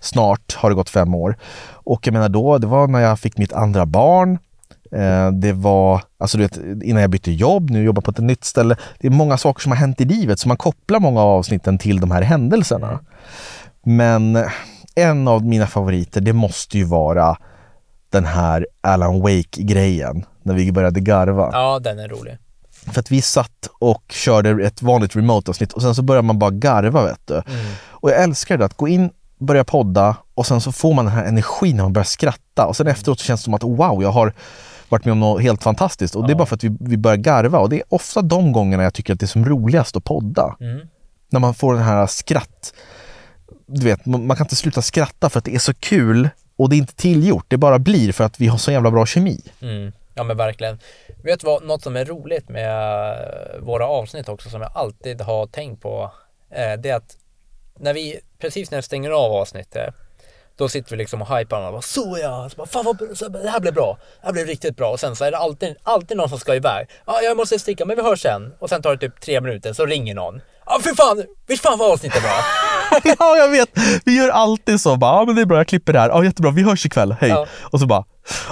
Speaker 1: Snart har det gått fem år. Och jag menar då, det var när jag fick mitt andra barn. Eh, Det var, alltså du vet, innan jag bytte jobb, nu jobbar jag på ett nytt ställe. Det är många saker som har hänt i livet, så man kopplar många av avsnitten till de här händelserna. Men en av mina favoriter, det måste ju vara den här Alan Wake-grejen när vi började garva.
Speaker 2: Ja, den är rolig.
Speaker 1: För att vi satt och körde ett vanligt remote-avsnitt och sen så började man bara garva vet du. Och jag älskar det att gå in, börja podda och sen så får man den här energin när man börjar skratta och sen efteråt så känns det som att wow, jag har varit med om något helt fantastiskt och det är
Speaker 2: Ja.
Speaker 1: bara för att vi, vi börjar garva och det är ofta de gångerna jag tycker att det är som roligast att podda.
Speaker 2: Mm.
Speaker 1: När man får den här skratt, du vet, man man kan inte sluta skratta för att det är så kul och det är inte tillgjort, det bara blir för att vi har så jävla bra kemi.
Speaker 2: Mm. Ja men verkligen. Vet du vad, något som är roligt med eh, våra avsnitt också som jag alltid har tänkt på. eh, Det är att när vi, precis när jag stänger av avsnittet. Då sitter vi liksom och hypar och bara så ja, så bara, fan vad bra, så, det här blev bra, det här blev riktigt bra och sen så är det alltid, alltid någon som ska iväg. Ja, jag måste sticka men vi hörs sen och sen tar det typ tre minuter så ringer någon. Ja, för fan, visst fan var
Speaker 1: [laughs]
Speaker 2: avsnittet bra?
Speaker 1: Ja, jag vet. Vi gör alltid så. Bara, ja, men det är bra, jag klipper det här. Ja, jättebra, vi hörs ikväll. Hej.
Speaker 2: Ja.
Speaker 1: Och så bara,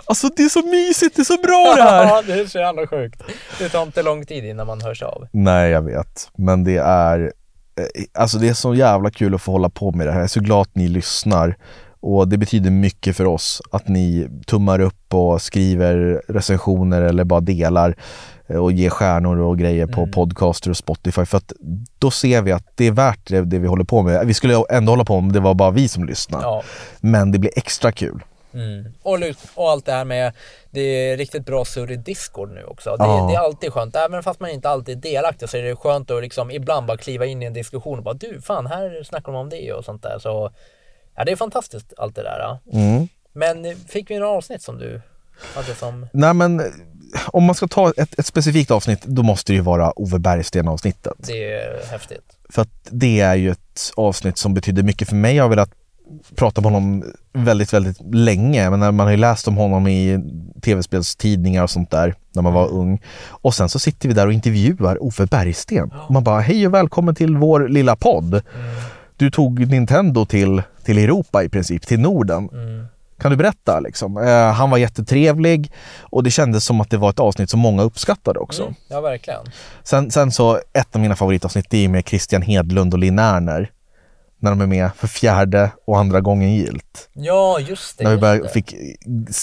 Speaker 1: alltså det är så mysigt, det är så bra det
Speaker 2: [laughs]
Speaker 1: här.
Speaker 2: Ja, det är så jävla sjukt. Det tar inte lång tid innan man hörs av.
Speaker 1: Nej, jag vet. Men det är, eh, alltså det är så jävla kul att få hålla på med det här. Jag är så glad att ni lyssnar. Och det betyder mycket för oss att ni tummar upp och skriver recensioner eller bara delar eh, och ger stjärnor och grejer på podcaster och Spotify. För att då ser vi att det är värt det, det vi håller på med. Vi skulle ändå hålla på om det var bara vi som lyssnar.
Speaker 2: Ja.
Speaker 1: Men det blir extra kul.
Speaker 2: Mm. Och, lut- och allt det här med, det är riktigt bra surr i Discord nu också. Det,
Speaker 1: Ja.
Speaker 2: det är alltid skönt, även fast man inte alltid är delaktig så är det skönt att liksom ibland bara kliva in i en diskussion och bara du fan här snackar de om det och sånt där. Så ja, det är fantastiskt allt det där. Ja.
Speaker 1: Mm.
Speaker 2: Men eh, fick vi några avsnitt som du hade som,
Speaker 1: Nej men, eh, om man ska ta ett, ett specifikt avsnitt, då måste det ju vara Ove Bergsten-avsnittet.
Speaker 2: det är häftigt.
Speaker 1: För att det är ju ett avsnitt som betyder mycket för mig. Jag har velat prata med honom väldigt, väldigt länge. Men man har ju läst om honom i tv-spelstidningar och sånt där när man var ung. Och sen så sitter vi där och intervjuar Ove Bergsten. Och man bara, hej och välkommen till vår lilla podd.
Speaker 2: Mm,
Speaker 1: Du tog Nintendo till, till Europa i princip, till Norden.
Speaker 2: mm.
Speaker 1: Kan du berätta liksom? Eh, han var jättetrevlig och det kändes som att det var ett avsnitt som många uppskattade också.
Speaker 2: Mm. Ja, verkligen.
Speaker 1: Sen, sen så, ett av mina favoritavsnitt det är ju med Christian Hedlund och Linn Erner. När de är med för fjärde och andra gången gilt.
Speaker 2: Ja, just det.
Speaker 1: När vi
Speaker 2: just
Speaker 1: började,
Speaker 2: det.
Speaker 1: fick,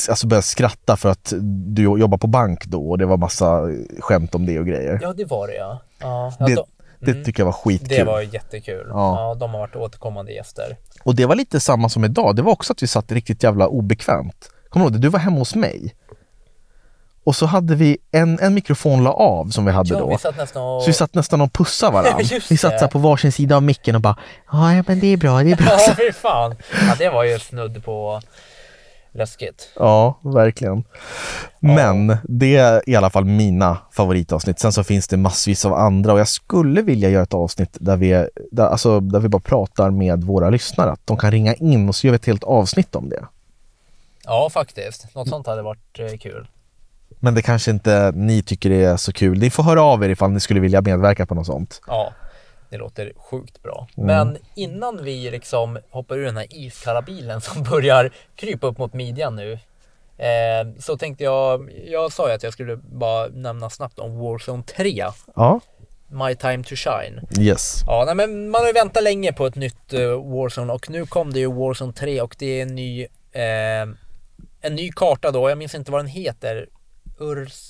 Speaker 1: alltså började skratta för att du jobbar på bank då och det var massa skämt om det och grejer.
Speaker 2: Ja, det var det ja. ja ja,
Speaker 1: Det,
Speaker 2: då-
Speaker 1: det tycker jag var skitkul.
Speaker 2: det var jättekul.
Speaker 1: Ja.
Speaker 2: Ja. de har varit återkommande gäster.
Speaker 1: Och det var lite samma som idag. Det var också att vi satt riktigt jävla obekvämt. Kommer du ihåg det? Du var hemma hos mig. Och så hade vi en, en mikrofon la av som vi hade
Speaker 2: Ja,
Speaker 1: då.
Speaker 2: vi satt nästan och...
Speaker 1: Så vi satt nästan och pussade [laughs] varandra.
Speaker 2: Just
Speaker 1: vi satt
Speaker 2: det.
Speaker 1: så här på varsin sida av micken och bara ja, ja, men det är bra, det är bra.
Speaker 2: Ja, fy fan. Ja, det var ju snudd på Läskigt.
Speaker 1: [laughs] Ja, verkligen. Men det är i alla fall mina favoritavsnitt. Sen så finns det massvis av andra och jag skulle vilja göra ett avsnitt där vi, där, alltså, där vi bara pratar med våra lyssnare. Att de kan ringa in och så gör vi ett helt avsnitt om det.
Speaker 2: Ja, faktiskt. Något sånt hade varit eh, kul.
Speaker 1: Men det kanske inte ni tycker är så kul. Ni får höra av er ifall ni skulle vilja medverka på något sånt.
Speaker 2: Ja, det låter sjukt bra. Men innan vi liksom hoppar ur den här iskalla bilen [laughs] som börjar krypa upp mot midjan nu. Eh, så tänkte jag, jag sa ju att jag skulle bara nämna snabbt om Warzone 3,
Speaker 1: Ja,
Speaker 2: My Time To Shine.
Speaker 1: yes.
Speaker 2: Ja, nej, men man har ju väntat länge på ett nytt eh, Warzone och nu kom det ju Warzone 3 och det är en ny, eh, en ny karta då. Jag minns inte vad den heter. Urs...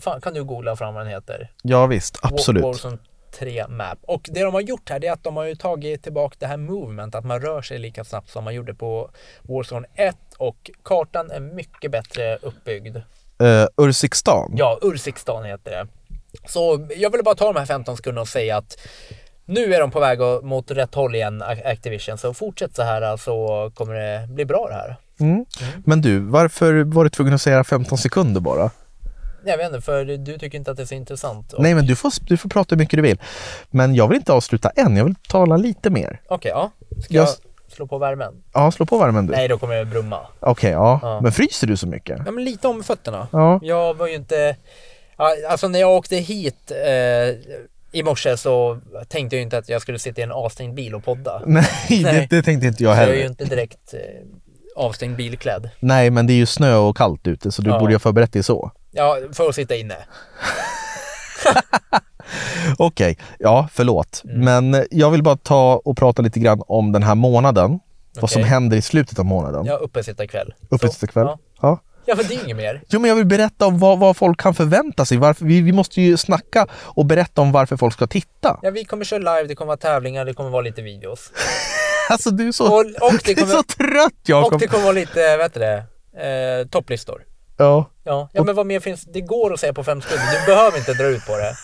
Speaker 2: Fan, kan du googla fram vad den heter?
Speaker 1: Ja, visst,
Speaker 2: Wa-
Speaker 1: absolut.
Speaker 2: Warzone 3 Map. Och det de har gjort här det är att de har ju tagit tillbaka det här movement, att man rör sig lika snabbt som man gjorde på Warzone 1 och kartan är mycket bättre uppbyggd.
Speaker 1: Uh, Urzikstan.
Speaker 2: Ja, Urzikstan heter det. Så jag ville bara ta de här 15 sekunderna och säga att nu är de på väg å- mot rätt håll igen, A- Activision. Så fortsätt så här så kommer det bli bra det här.
Speaker 1: Mm. Men du, varför var du tvungen att säga 15 sekunder bara?
Speaker 2: Jag vet inte, för du tycker inte att det är så intressant. Och-
Speaker 1: Nej, men du får, du får prata hur mycket du vill. Men jag vill inte avsluta än, jag vill tala lite mer.
Speaker 2: Okej, ja. Ska
Speaker 1: Jag-
Speaker 2: jag slå på värmen?
Speaker 1: Ja, slå på värmen du.
Speaker 2: Nej, då kommer jag brumma.
Speaker 1: Okej, ja.
Speaker 2: Ja.
Speaker 1: Men fryser du så mycket?
Speaker 2: Ja, men lite om fötterna.
Speaker 1: Ja. [laughs]
Speaker 2: Jag var ju inte... Ja, Alltså när jag åkte hit eh, i morse så tänkte jag ju inte att jag skulle sitta i en avstängd bil och podda.
Speaker 1: Nej,
Speaker 2: Nej.
Speaker 1: Det, det tänkte inte jag
Speaker 2: Jag är
Speaker 1: heller.
Speaker 2: ju inte direkt eh, avstängd bilklädd.
Speaker 1: Nej, men det är ju snö och kallt ute, så du
Speaker 2: Ja.
Speaker 1: borde ju ha förberett dig så.
Speaker 2: Ja, för att sitta inne.
Speaker 1: Okej, ja, förlåt.
Speaker 2: Mm.
Speaker 1: Men jag vill bara ta och prata lite grann om den här månaden. Vad som
Speaker 2: Okej.
Speaker 1: händer i slutet av månaden.
Speaker 2: Ja, uppe sitta kväll.
Speaker 1: Uppe
Speaker 2: Så,
Speaker 1: till kväll.
Speaker 2: Ja.
Speaker 1: Ja.
Speaker 2: ja, för det är inget mer.
Speaker 1: Jo, men jag vill berätta om vad, vad folk kan förvänta sig. Varför, vi, vi måste ju snacka och berätta om varför folk ska titta. [laughs]
Speaker 2: Ja, vi kommer köra live, det kommer vara tävlingar, det kommer vara lite videos.
Speaker 1: Alltså, du är
Speaker 2: Och,
Speaker 1: så,
Speaker 2: och, det,
Speaker 1: du är så
Speaker 2: kommer,
Speaker 1: trött,
Speaker 2: och
Speaker 1: Jakob.
Speaker 2: det kommer vara lite, vad heter det, eh, topplistor.
Speaker 1: Ja.
Speaker 2: Ja. ja, men vad mer finns? Det går att säga på fem sekunder, du behöver inte dra ut på det.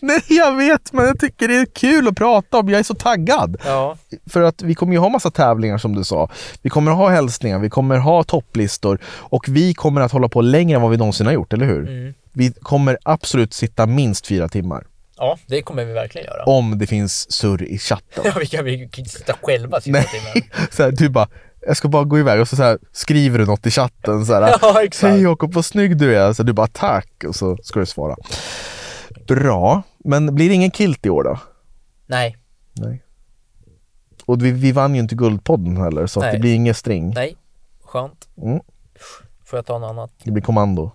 Speaker 1: Nej, jag vet, men jag tycker det är kul att prata om. Jag är så taggad.
Speaker 2: Ja,
Speaker 1: För att vi kommer ju ha massa tävlingar som du sa. Vi kommer ha hälsningar, vi kommer ha topplistor och vi kommer att hålla på längre än vad vi någonsin har gjort, eller hur?
Speaker 2: Mm.
Speaker 1: Vi kommer absolut sitta minst fyra timmar
Speaker 2: ja det kommer vi verkligen göra.
Speaker 1: om det finns surr i chatten.
Speaker 2: [laughs] Ja, vi kan vi kan sitta själva sista
Speaker 1: Nej. [laughs]
Speaker 2: timmen.
Speaker 1: Så här, du bara, jag ska bara gå iväg och så, så här, skriver du något i chatten. Så här,
Speaker 2: Ja, exakt.
Speaker 1: Hej Jakob, vad snygg du är. Så du bara tack och så ska du svara. Bra, men blir det ingen kilt i år då?
Speaker 2: Nej,
Speaker 1: Nej. Och vi, vi vann ju inte Guldpodden heller, så att det
Speaker 2: Nej.
Speaker 1: blir ingen string.
Speaker 2: nej, skönt.
Speaker 1: Mm.
Speaker 2: Får jag ta något annat?
Speaker 1: Det blir kommando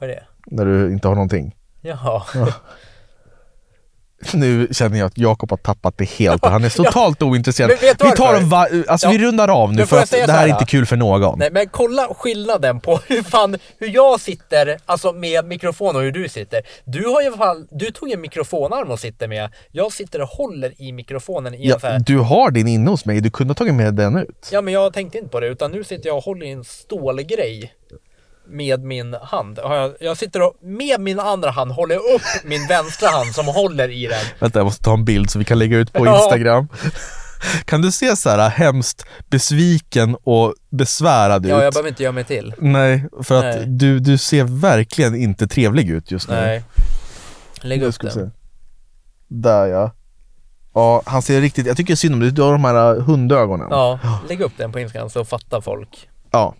Speaker 2: Vad är det?
Speaker 1: när du inte har någonting. [laughs]
Speaker 2: Jaha.
Speaker 1: Nu känner jag att Jakob har tappat det helt. Han
Speaker 2: [laughs]
Speaker 1: är totalt ointresserad.
Speaker 2: Men vet du
Speaker 1: vi tar
Speaker 2: varför?
Speaker 1: en va- alltså vi
Speaker 2: Ja.
Speaker 1: rundar av nu
Speaker 2: Men får
Speaker 1: för
Speaker 2: jag
Speaker 1: att
Speaker 2: säga
Speaker 1: det
Speaker 2: så
Speaker 1: här
Speaker 2: här
Speaker 1: är
Speaker 2: då?
Speaker 1: inte kul för någon.
Speaker 2: Nej men kolla skillnaden på hur fan, hur jag sitter, alltså med mikrofon och hur du sitter. Du har ju fall, du tog en mikrofonarm och sitter med, jag sitter och håller i mikrofonen i en så
Speaker 1: Ja,
Speaker 2: här.
Speaker 1: du har din inne hos mig, du kunde ha tagit med den ut.
Speaker 2: ja men jag tänkte inte på det, utan nu sitter jag och håller i en stålgrej med min hand. Har Jag, jag sitter och med min andra hand håller jag upp min vänstra hand som håller i den.
Speaker 1: Vänta, jag måste ta en bild så vi kan lägga ut på
Speaker 2: Ja.
Speaker 1: Instagram. [laughs] Kan du se så här äh, hemskt besviken och besvärad ut?
Speaker 2: Ja, jag behöver inte göra mig till.
Speaker 1: Nej, för att
Speaker 2: Nej.
Speaker 1: Du, du ser verkligen inte trevlig ut just nu.
Speaker 2: Nej. Lägg
Speaker 1: Nu
Speaker 2: upp
Speaker 1: ska vi
Speaker 2: den.
Speaker 1: se. Där ja. Ja, han ser riktigt, jag tycker synd om dig, du har de här äh, hundögonen.
Speaker 2: Ja, lägg upp den på Instagram så fattar folk.
Speaker 1: Ja.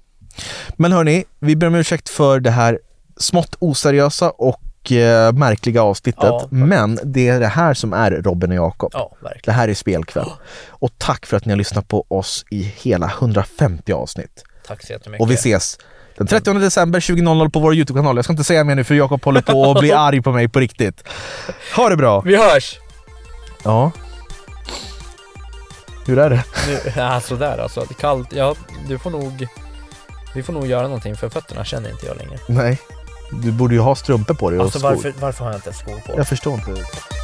Speaker 1: Men hörni, vi ber om ursäkt för det här smått oseriösa och eh, märkliga avsnittet.
Speaker 2: Ja, faktiskt.
Speaker 1: Men det är det här som är Robin och Jakob.
Speaker 2: Ja, verkligen.
Speaker 1: Det här är spelkväll. Och tack för att ni har lyssnat på oss i hela 150 avsnitt.
Speaker 2: Tack så jättemycket.
Speaker 1: Och vi ses den 30 december 20.00 på vår YouTube-kanal. Jag ska inte säga mer nu för Jakob håller på att bli arg på mig på riktigt. Ha det bra!
Speaker 2: Vi hörs!
Speaker 1: Ja. Hur är det?
Speaker 2: Nu, [laughs] ja, sådär alltså. Det är kallt. Ja, du får nog... Vi får nog göra någonting för fötterna känner inte jag längre.
Speaker 1: Nej. Du borde ju ha strumpor på dig och
Speaker 2: Alltså
Speaker 1: skor.
Speaker 2: varför, varför har jag inte ens skor på?
Speaker 1: Jag förstår inte.